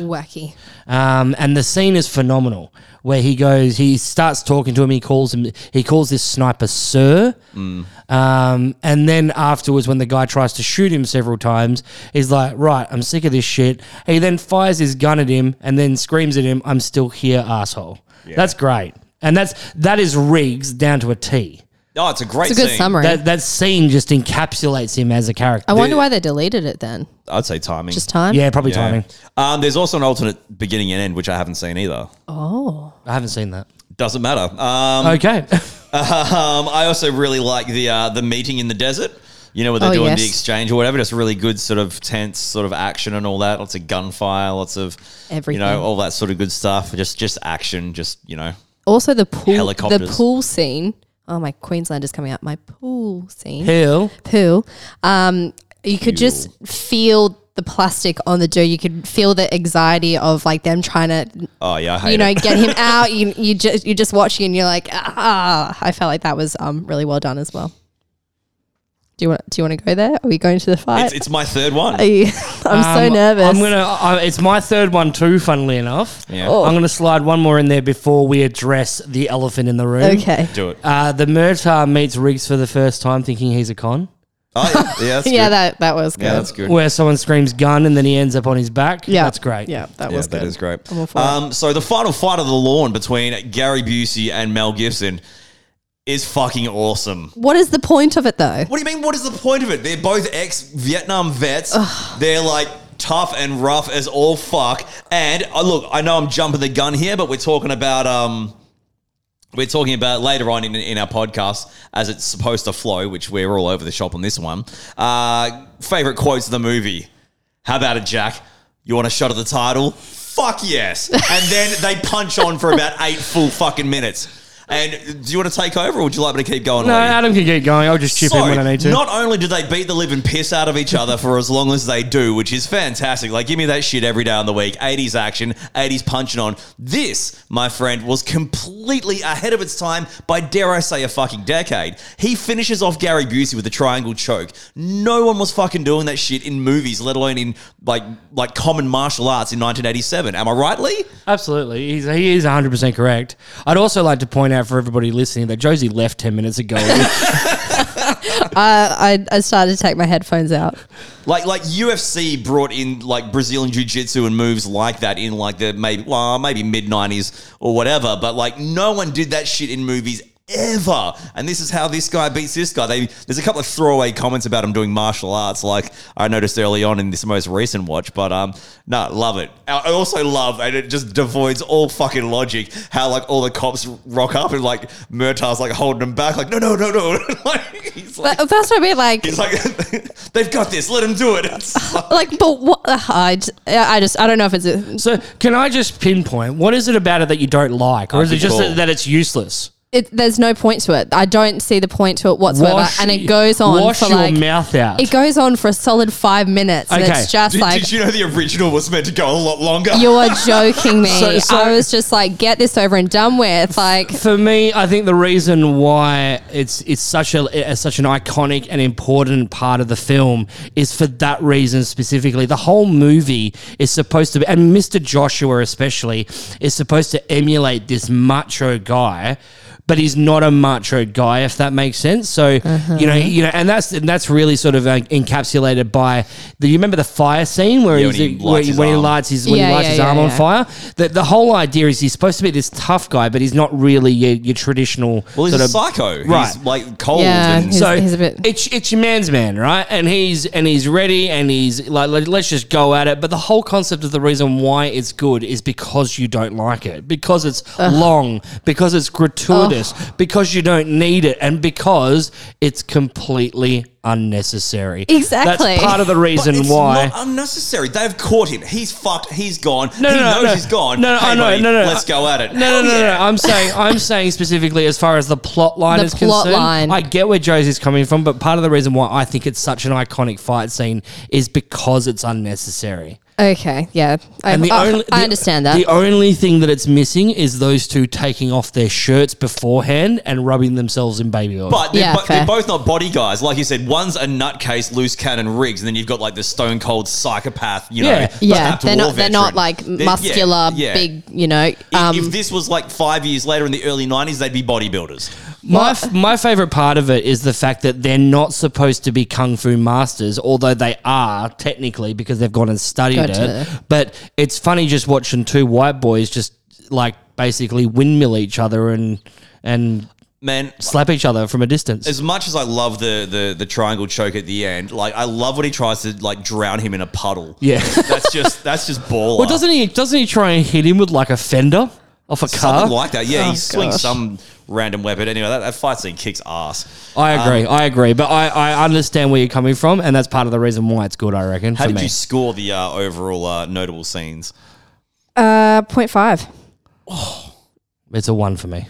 C: Wacky.
D: Um, and the scene is phenomenal where he goes, he starts talking to him, he calls him, he calls this sniper sir.
B: Mm.
D: Um, and then afterwards, when the guy tries to shoot him several times, he's like, right, I'm sick of this shit. He then fires his gun at him and then screams at him, I'm still here, asshole. That's great. And that's, that is Riggs down to a T.
B: Oh, it's a great
C: It's a good
B: scene.
C: summary.
D: That, that scene just encapsulates him as a character.
C: I wonder why they deleted it then.
B: I'd say timing.
C: Just time.
D: yeah, probably
B: Yeah.
D: timing.
B: Um, there's also an alternate beginning and end, which I haven't seen either.
C: Oh.
D: I haven't seen that.
B: Doesn't matter. Um,
D: Okay.
B: Um, I also really like the uh, the meeting in the desert. You know, where they're
C: Oh,
B: doing
C: yes.
B: the exchange or whatever. Just really good sort of tense sort of action and all that. Lots of gunfire, lots of
C: Everything.
B: You know, all that sort of good stuff. Just just action. Just you know,
C: Also the pool the
B: Helicopters.
C: pool scene. oh my Queenslander's coming out my pool scene
D: Hill.
C: poo. Um, you could just feel the plastic on the dude. You could feel the anxiety of like them trying to,
B: Oh yeah, I hate
C: you know,
B: it.
C: get him out. You you just you're just watching and you're like, ah. I felt like that was um really well done as well. Do you want Do you want to go there? Are we going to the fight?
B: It's, it's my third one.
C: Are you, I'm so
D: Um,
C: nervous.
D: I'm gonna. I, it's my third one too. Funnily enough,
B: Yeah.
C: Oh.
D: I'm gonna slide one more in there before we address the elephant in the room.
C: Okay.
B: Do it.
D: Uh, the Murtar meets Riggs for the first time, thinking he's a con.
B: Oh, yeah, yeah, that's
C: Yeah,
B: good.
C: that that was good.
B: yeah, that's good.
D: Where someone screams "gun" and then he ends up on his back.
C: Yeah.
D: that's great.
C: Yeah, that
B: Yeah,
C: was
B: that
C: good.
B: is great.
C: I'm all for it.
B: Um, so the final fight of the lawn between Gary Busey and Mel Gibson is fucking awesome.
C: What is the point of it though?
B: What do you mean? What is the point of it? They're both ex Vietnam vets. They're like tough and rough as all fuck. And uh, look, I know I'm jumping the gun here, but we're talking about um, we're talking about later on in, in our podcast as it's supposed to flow, which we're all over the shop on this one. Uh, favorite quotes of the movie. How about it, Jack? You want a shot at the title? Fuck yes. And then they punch on for about eight full fucking minutes. And do you want to take over or would you like me to keep going?
D: No,
B: lady?
D: Adam can keep going. I'll just chip in when I need to.
B: Not only do they beat the living piss out of each other for as long as they do, which is fantastic. Like, give me that shit every day on the week. 80s action, 80s punching on. This, my friend, was completely ahead of its time by, dare I say, a fucking decade. He finishes off Gary Busey with a triangle choke. No one was fucking doing that shit in movies, let alone in like like common martial arts in 1987. Am I right, Lee?
D: Absolutely, he's, he is 100 percent correct. I'd also like to point out for everybody listening that Josie left 10 minutes ago.
C: I, I I started to take my headphones out.
B: Like like UFC brought in like Brazilian jiu jitsu and moves like that in like the maybe well maybe mid nineties or whatever, but like no one did that shit in movies ever. And this is how this guy beats this guy. They there's a couple of throwaway comments about him doing martial arts, like I noticed early on in this most recent watch. But um, no, love it. I I also love and it just devoids all fucking logic how like all the cops rock up and like Murtaugh's like holding him back, like no no no no. like, he's like,
C: But that's what I mean. Like,
B: he's like they've got this. Let him do it. It's like-
C: like, but what? uh, I, j- I just I don't know if it's a,
D: so, can I just pinpoint what is it about it that you don't like, or is it
B: good
D: just
B: call.
D: that, that it's useless?
C: it, there's no point to it. I don't see the point to it whatsoever,
D: Wash
C: and it
D: y-
C: goes on
D: wash
C: for
D: your
C: like
D: mouth out.
C: it goes on for a solid five minutes, and
D: Okay.
C: it's just
B: did,
C: like
B: did you know the original was meant to go a lot longer?
C: you're joking me.
D: So- so-
C: I was just like, get this over and done with. Like,
D: For me, I think the reason why it's it's such a it's such an iconic and important part of the film is for that reason specifically. The whole movie is supposed to be, and Mr. Joshua especially is supposed to emulate this macho guy. But he's not a macho guy, if that makes sense. So you know, you know, and that's and that's really sort of uh, encapsulated by the. You remember the fire scene where
B: Yeah,
D: he's,
B: when he
D: where
B: lights
D: he,
B: his
D: when he
B: arm.
C: Yeah,
D: lights his when he lights
C: yeah,
D: his
C: yeah,
D: arm on
C: yeah.
D: fire fire. The, the whole idea is he's supposed to be this tough guy, but he's not really your, your traditional.
B: Well, he's
D: sort
B: a
D: of,
B: psycho.
D: Right.
B: He's like cold.
C: Yeah,
B: and
C: he's-
D: so
C: a bit-
D: it's it's your man's man, right? And he's and he's ready, and he's like, let, us just go at it. But the whole concept of the reason why it's good is because you don't like it, because it's long, because it's gratuitous, because you don't need it, and because it's completely unnecessary.
C: Exactly.
D: that's part of the
B: But
D: reason
B: it's
D: why.
B: not unnecessary. They've caught him. He's fucked. He's gone.
D: No,
B: he
D: no, no,
B: knows
D: no.
B: he's gone.
D: No, no,
B: Hey,
D: I know,
B: buddy,
D: no, no,
B: Let's
D: I-
B: go at it.
D: No, no,
B: Hell
D: no, no,
B: yeah.
D: no. I'm saying, I'm saying specifically as far as the plot line
C: The
D: is
C: plot
D: concerned.
C: line.
D: I get where Josie's coming from, but part of the reason why I think it's such an iconic fight scene is because it's unnecessary.
C: okay, yeah, I,
D: And the
C: I-
D: only,
C: I
D: the-
C: understand that.
D: The only thing that it's missing is those two taking off their shirts beforehand and rubbing themselves in baby oil.
B: But they're,
C: Yeah,
B: bo-
C: fair.
B: they're both not body guys. Like you said, one's a nutcase, loose cannon rigs, and then you've got like the stone cold psychopath, you
D: Yeah.
B: know.
C: yeah,
B: After
C: they're
B: War
C: not they're
B: veteran.
C: not like
B: They're- yeah,
C: muscular,
B: yeah.
C: big, you know.
B: If-
C: Um,
B: if this was like five years later in the early 90s, they'd be bodybuilders.
D: My, f- my favorite part of it is the fact that they're not supposed to be kung fu masters, although they are technically because they've gone and studied
C: Gotcha.
D: it. But it's funny just watching two white boys just like basically windmill each other and and
B: Man,
D: slap each other from a distance.
B: as much as I love the, the the triangle choke at the end, like I love when he tries to like drown him in a puddle.
D: Yeah.
B: that's just that's just baller.
D: Well, doesn't he? Doesn't he try and hit him with like a fender off a car? Oh,
B: something like that? Yeah, he swings
C: gosh.
B: some random weapon. Anyway, that, that fight scene kicks ass.
D: I agree. I agree. But I, I understand where you're coming from, and that's part of the reason why it's good. I reckon.
B: How
D: for
B: did
D: me.
B: you score the uh, overall uh, notable scenes?
C: uh, point five.
D: It's a one for me.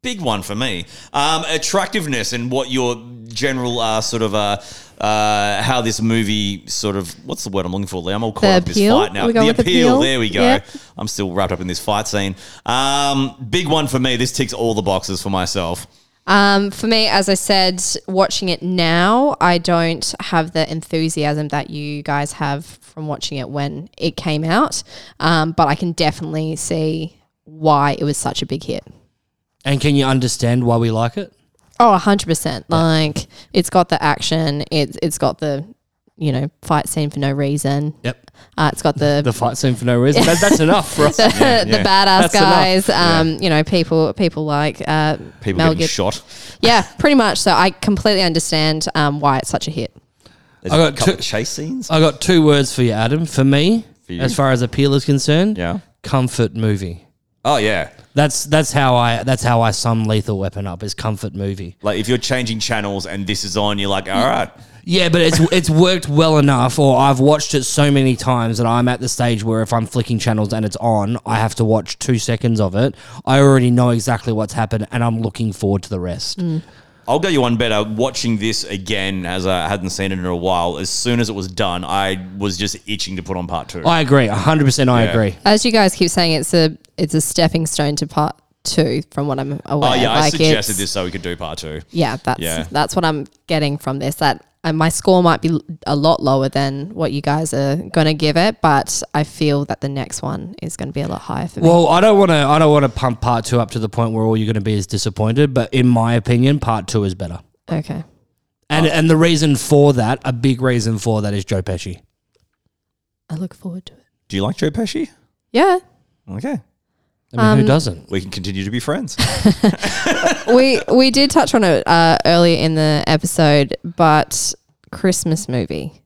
B: big one for me. Um, attractiveness and what your general uh, sort of uh, uh, how this movie sort of what's the word I'm looking for? Lee? I'm all caught
C: The
B: up in this
C: appeal?
B: fight now.
C: Are we
B: The
C: going
B: appeal,
C: with appeal?
B: There we go.
C: Yep.
B: I'm still wrapped up in this fight scene. Um, big one for me. This ticks all the boxes for myself.
C: Um, for me, as I said, watching it now, I don't have the enthusiasm that you guys have from watching it when it came out. Um, but I can definitely see why it was such a big hit.
D: And can you understand why we like it?
C: Oh, 100%. Like, it's got the action, it, it's got the, you know, fight scene for no reason.
D: Yep.
C: Uh, it's got
D: The fight scene for no reason. That, that's enough for us.
C: the, the
B: yeah.
C: badass
D: That's enough.
C: guys. Um, You know, people people like uh,
B: People
C: Mel
B: getting
C: Gib-
B: shot.
C: Yeah, pretty much. So I completely understand um, why it's such a hit.
B: There's
D: I
B: a
D: got
B: couple
D: two-
B: of chase scenes.
D: I got two words for you, Adam. For me,
B: you.
D: as far as appeal is concerned,
B: Yeah.
D: comfort movie.
B: Oh yeah.
D: That's that's how I that's how I sum Lethal Weapon up is comfort movie.
B: Like if you're changing channels and this is on, you're like, all right.
D: Yeah, but it's it's worked well enough, or I've watched it so many times that I'm at the stage where if I'm flicking channels and it's on, I have to watch two seconds of it. I already know exactly what's happened, and I'm looking forward to the rest.
B: Mm. I'll go you one better. Watching this again, as I hadn't seen it in a while, as soon as it was done, I was just itching to put on part two.
D: I agree, hundred percent. I
B: Yeah.
D: agree.
C: As you guys keep saying, it's a it's a stepping stone to part two, from what I'm aware.
B: oh yeah, I
C: Like,
B: suggested
C: it's-
B: this so we could do part two.
C: Yeah, that's
B: Yeah.
C: that's what I'm getting from this. That uh, my score might be l- a lot lower than what you guys are going to give it, but I feel that the next one is going to be a lot higher for me.
D: Well, I don't want to. I don't want to pump part two up to the point where all you're going to be is disappointed. But in my opinion, part two is better.
C: okay.
D: And and the reason for that, a big reason for that, is Joe Pesci.
C: I look forward to it.
B: Do you like Joe Pesci?
C: Yeah.
B: Okay,
D: I mean,
C: Um,
D: who doesn't?
B: we can continue to be friends.
C: we we did touch on it uh, earlier in the episode, but Christmas movie.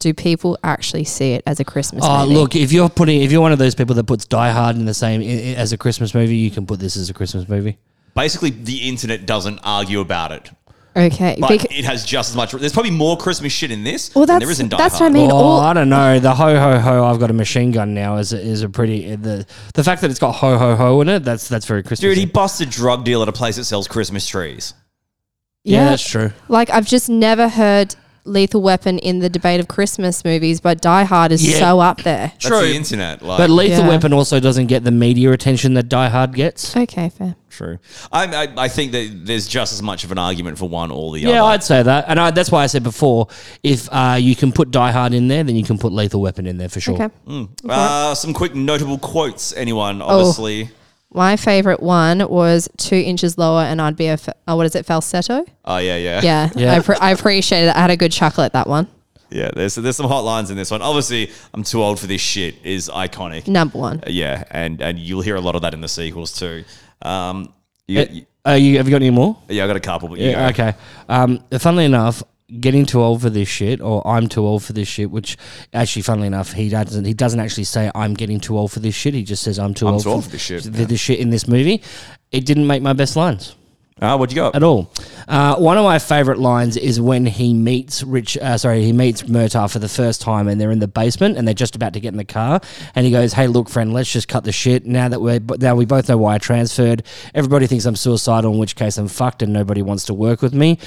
C: Do people actually see it as a Christmas
D: Oh,
C: movie?
D: look! If you're putting, if you're one of those people that puts Die Hard in the same i- i- as a Christmas movie, you can put this as a Christmas movie.
B: Basically, the internet doesn't argue about it.
C: okay.
B: Like
C: bec-
B: it has just as much. There's probably more Christmas shit in this.
C: well,
B: than
C: that's
B: there is in Die
C: that's what I
B: Hard.
C: mean.
D: oh,
C: all,
D: I don't know. The ho ho ho! I've got a machine gun now. Is a- is a pretty the the fact that it's got ho ho ho in it. That's that's very Christmas.
B: Dude, he busts a drug deal at a place that sells Christmas trees.
D: yeah, that's true.
C: Like I've just never heard Lethal Weapon in the debate of Christmas movies, but Die Hard is
D: Yeah.
C: so up there.
B: That's
D: True.
B: the internet. Like,
D: But Lethal
C: Yeah.
D: Weapon also doesn't get the media attention that Die Hard gets.
C: Okay, fair.
B: true. I, I I think that there's just as much of an argument for one or the
D: Yeah,
B: other.
D: I'd say that, and I, that's why I said before, if uh, you can put Die Hard in there, then you can put Lethal Weapon in there for sure.
C: Okay.
B: Uh, some quick notable quotes.
C: Oh.
B: Anyone? Obviously.
C: My favorite one was two inches lower, and I'd be a f- oh, what is it falsetto?
B: Oh yeah, yeah,
C: Yeah,
D: Yeah.
C: I, pre- I appreciate it. I had a good chuckle at that one.
B: yeah. There's there's some hot lines in this one. Obviously, I'm too old for this shit. Is iconic.
C: Number one.
B: Yeah, and and you'll hear a lot of that in the sequels too. Um, you,
D: Uh, uh, you, have you got any more?
B: yeah, I got a couple, but you
D: Yeah.
B: yeah,
D: Okay. Um, funnily enough, getting too old for this shit, or I'm too old for this shit, which actually, funnily enough, he doesn't. He doesn't actually say I'm getting too old for this shit. He just says I'm too
B: I'm
D: old,
B: too old for this shit."
D: th- This shit in this movie, it didn't make my best lines
B: Ah, what you got?
D: at all. Uh, one of my favorite lines is when he meets Rich. Uh, sorry, he meets Murtaugh for the first time, and they're in the basement, and they're just about to get in the car. And he goes, "Hey, look, friend, let's just cut the shit. Now that we're but now we both know why I transferred. Everybody thinks I'm suicidal, in which case I'm fucked, and nobody wants to work with me."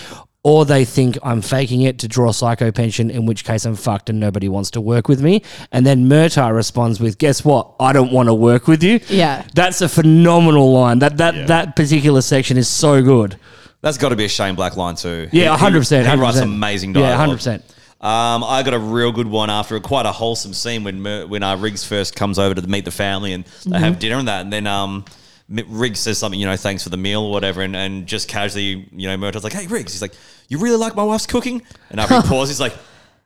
D: Or they think I'm faking it to draw psycho pension, in which case I'm fucked and nobody wants to work with me. And then Murtaugh responds with, "Guess what? I don't want to work with you."
C: Yeah.
D: that's a phenomenal line. That that that particular section is so good.
B: That's got to be a Shane Black line too. He-
D: Yeah, hundred percent.
B: He, he writes amazing dialogue.
D: Yeah, hundred percent.
B: Um, I got a real good one after a, quite a wholesome scene when Mer- when uh, Riggs first comes over to meet the family and they
D: Mm-hmm.
B: have dinner and that, and then um, M- Riggs says something, you know, thanks for the meal or whatever, and, and just casually, you know, Murtaugh's like, "Hey, Riggs," he's like, "You really like my wife's cooking?" And after he pauses, he's like,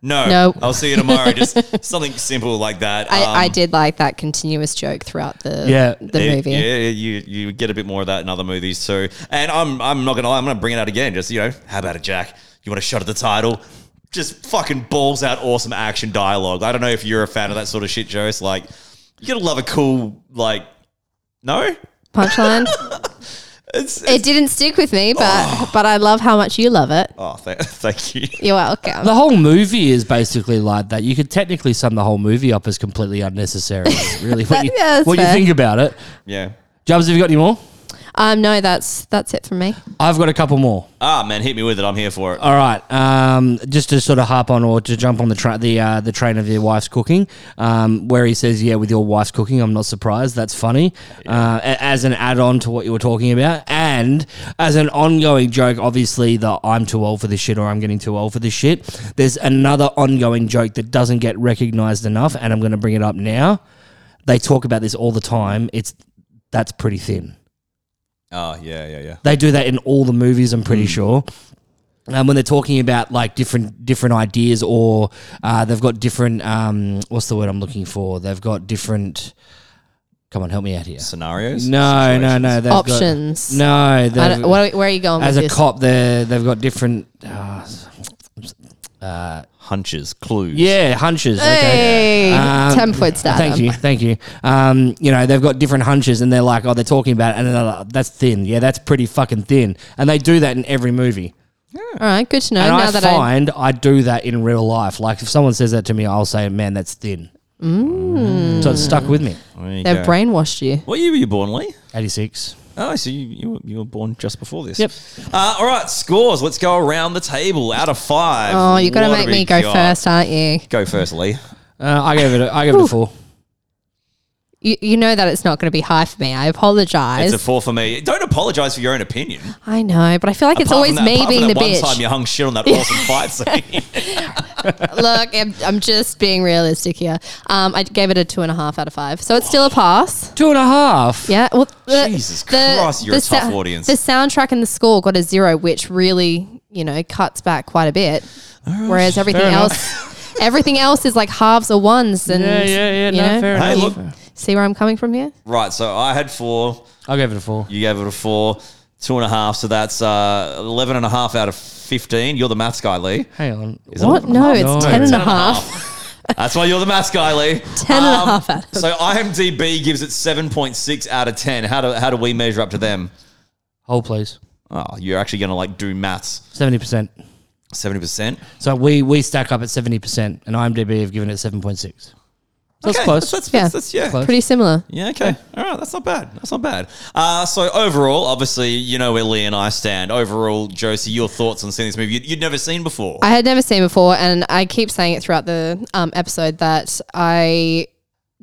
B: "No,
C: No.
B: I'll see you tomorrow." just something simple like that.
C: I, I
B: Um,
C: did like that continuous joke throughout the
D: Yeah.
C: the
B: it-
C: movie.
B: Yeah, you you get a bit more of that in other movies too. And I'm I'm not gonna lie, I'm gonna bring it out again. Just you know, how about it, Jack? You want a shot at the title? Just fucking balls out awesome action dialogue. I don't know if you're a fan of that sort of shit, Joe. It's like you gotta love a cool like no.
C: Punchline.
B: It's,
C: it didn't stick with me, but but I love how much you love it.
B: oh, th- thank you.
C: You're welcome.
D: The whole movie is basically like that. You could technically sum the whole movie up as completely unnecessary. is Really, when you,
C: yeah, that's
D: when you
C: fair.
D: think about it,
B: Yeah.
D: Jubs, have you got any more?
C: Um, no, that's that's it from me.
D: I've got a couple more.
B: Ah, man, hit me with it. I'm here for it.
D: All right. Um, just to sort of harp on or to jump on the tra- the uh, the train of your wife's cooking, um, where he says, "Yeah, with your wife's cooking, I'm not surprised." That's funny. Uh, a- as an add-on to what you were talking about, and as an ongoing joke, obviously the "I'm too old for this shit" or "I'm getting too old for this shit." There's another ongoing joke that doesn't get recognised enough, and I'm going to bring it up now. They talk about this all the time. It's that's pretty thin.
B: Ah, yeah, yeah, yeah.
D: They do that in all the movies. I'm pretty sure. Um, when they're talking about like different different ideas, or uh, they've got different um, what's the word I'm looking for? They've got different. Come on, help me out here.
B: Scenarios?
D: No, no,
B: Situations?
D: no. they've got-
C: Options.
D: no,
C: I
D: they've-
C: don't, what are- where are you going
D: as
C: with
D: a
C: this?
D: cop, they they've got different. Uh,
B: Hunches, clues.
D: yeah, hunches. Okay.
C: Hey,
D: Um,
C: ten points to
D: Thank
C: Adam.
D: you, thank you. Um, you know they've got different hunches, and they're like, oh, they're talking about, it, and then they're like, that's thin. Yeah, that's pretty fucking thin, and they do that in every movie.
C: All right, good to know.
D: And
C: now
D: I
C: that I
D: find I, do that in real life. Like if someone says that to me, I'll say, "Man, that's thin."
C: Mm.
D: So it's stuck with me.
B: There you
C: they've
B: go.
C: brainwashed you.
B: What year were you born, Lee?
D: Eighty-six.
B: Oh, I see. You, you, were, you were born just before this.
D: Yep.
B: Uh, all right, scores. Let's go around the table. Out of five.
C: Oh, you got to
B: what
C: make
B: have
C: me
B: we
C: go
B: got?
C: first, aren't you?
B: Go first, Lee.
D: Uh, I gave it. A, I gave it a four.
C: you? You know that it's not going to be high for me. I apologize.
B: It's
C: I
B: a four for me. Don't apologise for your own opinion.
C: know, but I feel like it's
B: Apart
C: always
B: from that-
C: me
B: apart from
C: being the
B: that one
C: bitch.
B: time you hung shit on that awesome fight scene.
C: Look, I'm, I'm just being realistic here. Um, I gave it a two and a half out of five, so it's still a pass.
D: Two and a half.
C: Yeah. Well, the,
B: Jesus Christ, you're a tough
C: sou-
B: audience.
C: The soundtrack and the score got a zero, which really, you know, cuts back quite a bit. Whereas everything
D: fair enough.
C: else, everything else is like halves or ones. And
D: Yeah, yeah, yeah.
C: you
D: No,
C: know,
D: fair
B: Hey,
D: enough.
B: look.
C: See where I'm coming from here?
B: right, so I had four.
D: I gave it a four.
B: You gave it a four, two and a half. So that's uh, 11 and a half out of 15. You're the maths guy, Lee.
D: Hang on.
C: What? No, it's
D: No.
C: ten
B: Ten
C: and a
B: and a
C: half.
B: That's why you're the maths guy, Lee. Um,
C: Ten and a half out
B: So IMDb gives it 7.6 out of 10. How do, how do we measure up to them?
D: Hold please.
B: Oh, you're actually going to like do maths.
D: Seventy percent.
B: 70%.
D: So we we stack up at seventy percent, and IMDb have given it seven point six. So that's
B: Okay,
D: close.
B: That's, that's,
C: Yeah.
B: that's, that's, yeah.
D: Close.
C: Pretty similar.
B: Yeah, okay. All right, that's not bad. That's not bad. Uh, so overall, obviously, you know where Lee and I stand. Overall, Josie, your thoughts on seeing this movie you'd, you'd never seen before.
C: I had never seen before, and I keep saying it throughout the um, episode that I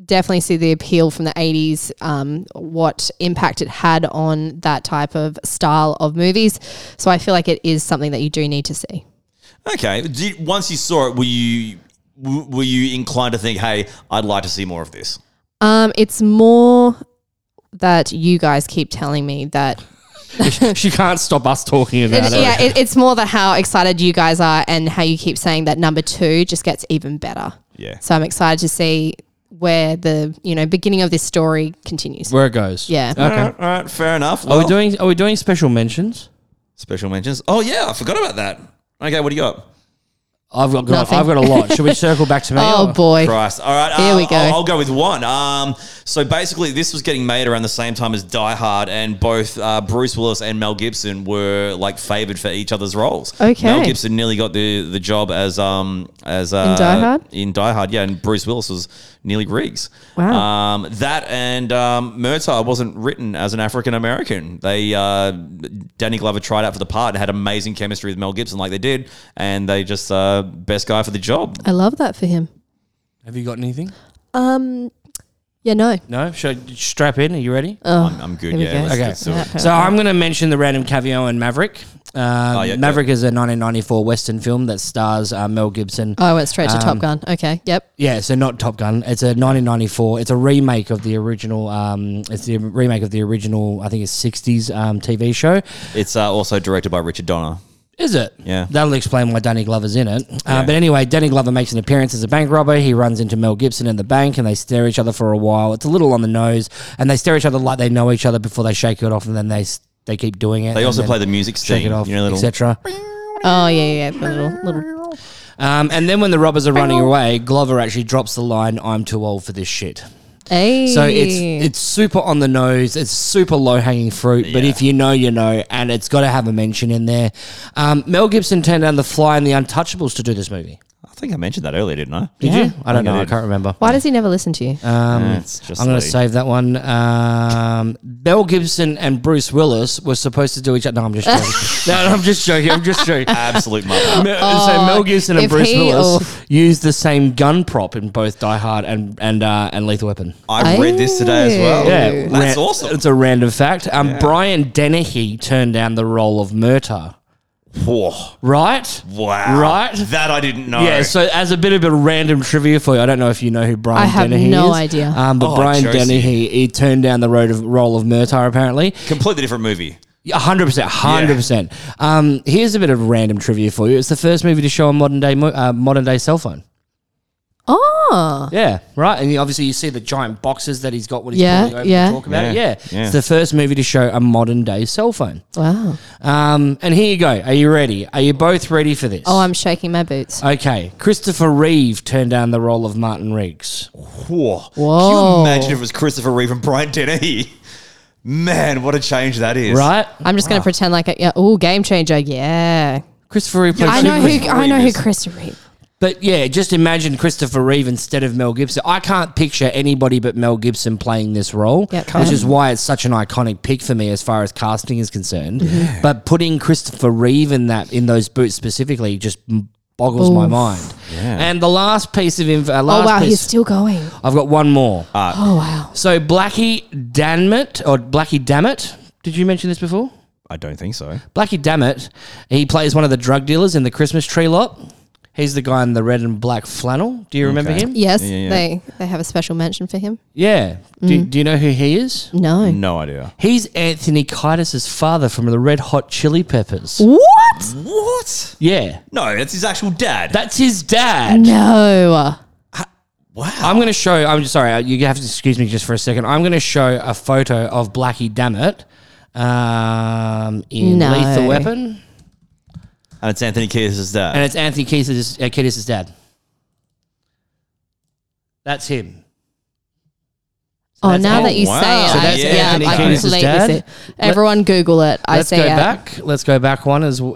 C: definitely see the appeal from the 80s, um, what impact it had on that type of style of movies. So I feel like it is something that you do need to see.
B: okay. Did, once you saw it, were you w- were you inclined to think, hey, I'd like to see more of this?
C: Um, it's more that you guys keep telling me that.
D: she can't stop us talking about it.
C: yeah, it, it's more that how excited you guys are and how you keep saying that number two just gets even better.
B: Yeah.
C: So I'm excited to see where the you know beginning of this story continues.
D: Where it goes.
C: Yeah.
D: Okay.
B: All right, all right, fair enough.
D: Are
B: Well,
D: we doing? Are we doing special mentions?
B: special mentions? Oh, yeah, I forgot about that. Okay, what do you got?
D: I've got.
C: Nothing.
D: I've got a lot. Should we circle back to me?
C: Oh
D: or-
C: boy.
B: Christ. All right.
C: Here
B: uh,
C: we go.
B: I'll, I'll go with one. Um, so basically, this was getting made around the same time as Die Hard, and both uh, Bruce Willis and Mel Gibson were like favored for each other's roles.
C: Okay.
B: Mel Gibson nearly got the, the job as um as uh,
C: Die Hard?
B: in Die Hard, yeah, and Bruce Willis was nearly Riggs.
C: Wow.
B: Um, that and um, Murtaugh wasn't written as an African American. They uh, Danny Glover tried out for the part and had amazing chemistry with Mel Gibson, like they did, and they just uh, best guy for the job.
C: I love that for him.
D: Have you got anything?
C: Um, yeah, no.
D: No. Should I strap in? Are you ready?
B: I'm, I'm good.
C: Here we
B: Yeah.
C: go.
B: let's-
D: Okay.
B: let's do it.
D: So I'm going to mention the random caviar and Maverick. Um,
B: yeah,
D: Maverick is a 1994 Western film that stars uh, Mel Gibson.
C: Oh, I went straight to
D: Um,
C: Top Gun. Okay, yep.
D: Yeah, so not Top Gun. It's a 1994. It's a remake of the original. Um, it's the remake of the original. I think it's 60s um, TV show.
B: It's uh, also directed by Richard Donner.
D: Is it?
B: Yeah.
D: That'll explain why Danny Glover's in it. Uh,
B: Yeah.
D: But anyway, Danny Glover makes an appearance as a bank robber. He runs into Mel Gibson in the bank and they stare at each other for a while. It's a little on the nose and they stare at each other like they know each other before they shake it off and then they s- they keep doing it.
B: They
D: and
B: also
D: then
B: play the music
D: shake
B: thing.
D: it off,
B: you know, little,
D: etc.
C: Oh, yeah, yeah, yeah. The little, little.
D: Um, and then when the robbers are running away, Glover actually drops the line, "I'm too old for this shit."
C: Hey.
D: So it's it's super on the nose. It's super low hanging fruit. But
B: Yeah.
D: if you know, you know, and it's got to have a mention in there. Um, Mel Gibson turned down The Fly and The Untouchables to do this movie.
B: I think I mentioned that earlier, didn't I?
D: Did
C: Yeah.
D: you? I don't
B: I
D: know. I
B: did.
D: can't remember.
C: Why does he never listen to you?
D: Um,
B: Yeah, it's just
D: I'm going to
B: silly.
D: save that one. Um, Mel Gibson and Bruce Willis were supposed to do each other. No, I'm just joking. no, no, I'm just joking. I'm just joking.
B: Absolute mother.
D: Mel, so Mel Gibson and
C: if
D: Bruce
C: he-
D: Willis
C: oof.
D: used the same gun prop in both Die Hard and and uh, and Lethal Weapon.
B: I read this today as well.
D: Yeah,
B: That's
D: ran-
B: awesome.
D: It's a random fact. Um, Brian Dennehy turned down the role of Murta.
B: Whoa.
D: Right?
B: Wow.
D: Right?
B: That I didn't know.
D: Yeah, so as a bit of a random trivia for you, I don't know if you know who Brian
C: I have
D: Dennehy
C: no
D: is.
C: idea.
D: Um, but
B: Oh,
D: Brian
B: Josie.
D: Dennehy, he turned down the road of, role of Murtar, apparently.
B: completely different movie.
D: 100%. 100%. Um, here's a bit of random trivia for you. It's the first movie to show a modern day, mo- uh, modern day cell phone.
C: Oh,
D: Yeah, right. And you- obviously, you see the giant boxes that he's got when he's
C: Yeah,
D: pulling over
C: yeah.
D: to talk about it.
B: Yeah,
D: Yeah.
B: yeah.
D: It's the first movie to show a modern day cell phone.
C: wow.
D: Um, and here you go. Are you ready? Are you both ready for this?
C: Oh, I'm shaking my boots.
D: Okay. Christopher Reeve turned down the role of Martin Riggs.
B: Whoa. Can you
C: Whoa.
B: imagine if it was Christopher Reeve and Brian Dennehy? Man, what a change that is.
D: Right?
C: I'm just going to pretend like, a, yeah, oh, game changer. Yeah.
D: Christopher Reeve played
C: I know
D: Superman.
C: who, I know
B: Reeve
C: who
B: is-
C: Chris Reeve.
D: But yeah, just imagine Christopher Reeve instead of Mel Gibson. I can't picture anybody but Mel Gibson playing this role,
C: Yep.
D: which is why it's such an iconic pick for me as far as casting is concerned. But putting Christopher Reeve in that in those boots specifically just m- boggles my
C: Oof.
D: mind. And the last piece of info, uh,
C: Oh,
D: last
C: wow,
D: piece,
C: he's still going.
D: I've got one more.
B: Uh,
C: Oh, wow.
D: so Blackie Danmit or Blackie Dammit, did you mention this before?
B: I don't think so.
D: Blackie Dammit, he plays one of the drug dealers in the Christmas tree lot. He's the guy in the red and black flannel. Do you remember
B: Okay.
D: him?
C: Yes,
B: Yeah, yeah.
C: They, they have a special mention for him.
D: Yeah. Do, do you know who he is?
C: No.
B: No idea.
D: He's Anthony Kiedis's father from the Red Hot Chili Peppers.
C: What?
B: What?
D: Yeah.
B: No, that's his actual dad.
D: That's his dad.
C: No.
B: wow.
D: I'm going to show, I'm sorry, uh, you have to excuse me just for a second. I'm going to show a photo of Blackie Dammit um, in
C: No.
D: Lethal Weapon.
B: And it's Anthony Kiedis' dad.
D: And it's Anthony Kiedis, uh, Kiedis' dad. That's him.
C: Oh,
D: that's
C: now
D: Anthony-
C: that you
B: Wow.
C: say it,
B: So
C: I,
B: that's Anthony
C: yeah, I
B: Kiedis'
C: completely
D: dad?
C: see it. Everyone Google it. I
D: Let's
C: say uh,
D: go
C: it.
D: back. Let's go back one as uh,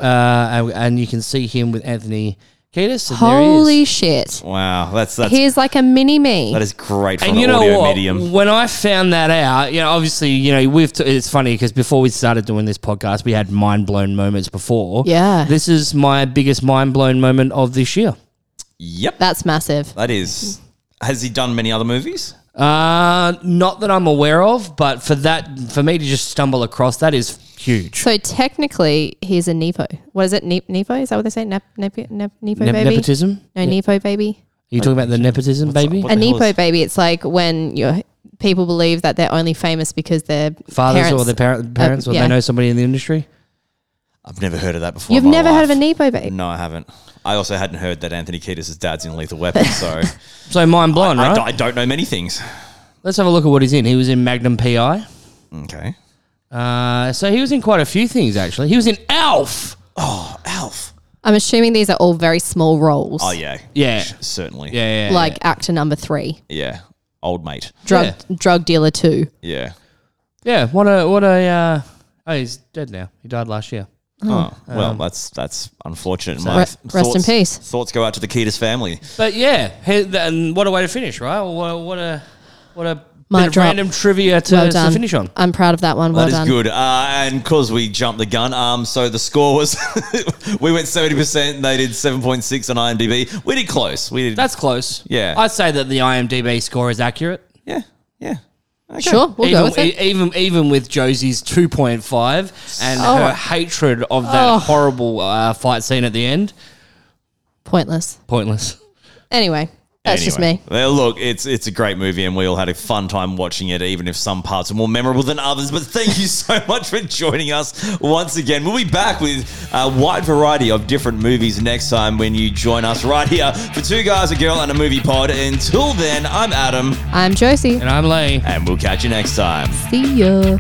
D: and, and you can see him with Anthony Kiedis. And there he
C: Holy
D: is.
C: shit.
B: wow. That's that's
C: He's like a mini me.
B: that is great for
D: and
B: an
D: you know
B: audio
D: what?
B: medium.
D: When I found that out, you know, obviously, you know, we've. T- it's funny because before we started doing this podcast, we had mind blown moments before.
C: Yeah.
D: this is my biggest mind blown moment of this year.
B: Yep.
C: That's massive.
B: That is. Has he done many other movies?
D: Uh, not that I'm aware of, but for that, for me to just stumble across that is huge.
C: So technically, he's a Nepo. What is it? Ne- Nepo? Is that what they say? Nep- nep- nep- Nepo
D: Ne-
C: baby?
D: nepotism?
C: No, Nepo baby.
D: Are you talking about the nepotism, baby?
B: what-
C: A
B: the hell
C: Nepo
B: is-
C: baby, it's like when your people believe that they're only famous because their
D: Fathers
C: parents. Uh,
D: or their parent, parents, or
C: yeah.
D: they know somebody in the industry.
B: I've never heard of that before.
C: You've
B: in my
C: never heard of a
B: life.
C: Nepo baby?
D: Mm.
B: No, I haven't. I also hadn't heard that Anthony Kiedis' dad's in Lethal Weapon, so
D: So mind blown,
B: I,
D: right?
B: d- I don't know many things.
D: Let's have a look at what he's in. He was in Magnum PI.
B: Okay.
D: Uh, so he was in quite a few things actually. He was in Alf.
B: Alf.
C: I'm assuming these are all very small roles.
B: Oh yeah.
D: Yeah.
B: Sh- certainly.
D: Yeah, yeah,
C: Like actor number three,
B: Yeah. Old mate.
C: drug drug dealer two.
B: Yeah.
D: yeah. What a what a. Uh, oh, he's dead now. He died last year.
B: Oh, well,
D: um,
B: that's that's unfortunate. My
C: Re- rest in
B: thoughts-
C: peace.
B: Thoughts go out to the Kiedis family.
D: But yeah, he, th- and what a way to finish, right? What a what a, what a
C: Mic
D: bit of
C: drop.
D: random trivia to,
C: Well
D: to
C: done.
D: finish on.
C: I'm proud of that one.
B: That
C: well
B: is
C: done.
B: good. Uh, and because we jumped the gun, um, so the score was we went seventy percent. They did seven point six on IMDb. We did close. We did.
D: That's close.
B: Yeah.
D: I'd say that the IMDb score is accurate.
B: yeah, yeah. Okay.
C: Sure, we'll
D: even,
C: go with it.
D: e- even even with Josie's two point five and
C: Oh.
D: her hatred of that horrible uh, fight scene at the end,
C: Pointless.
D: pointless.
C: Anyway, that's just
B: Anyway.
C: me.
B: Well, look, it's it's a great movie, and we all had a fun time watching it, even if some parts are more memorable than others. But thank you so much for joining us once again. We'll be back with a wide variety of different movies next time when you join us right here for Two Guys, a Girl, and a Movie Pod. Until then, I'm Adam,
C: I'm Josie.
D: And I'm Lane.
B: and we'll catch you next time.
C: See ya.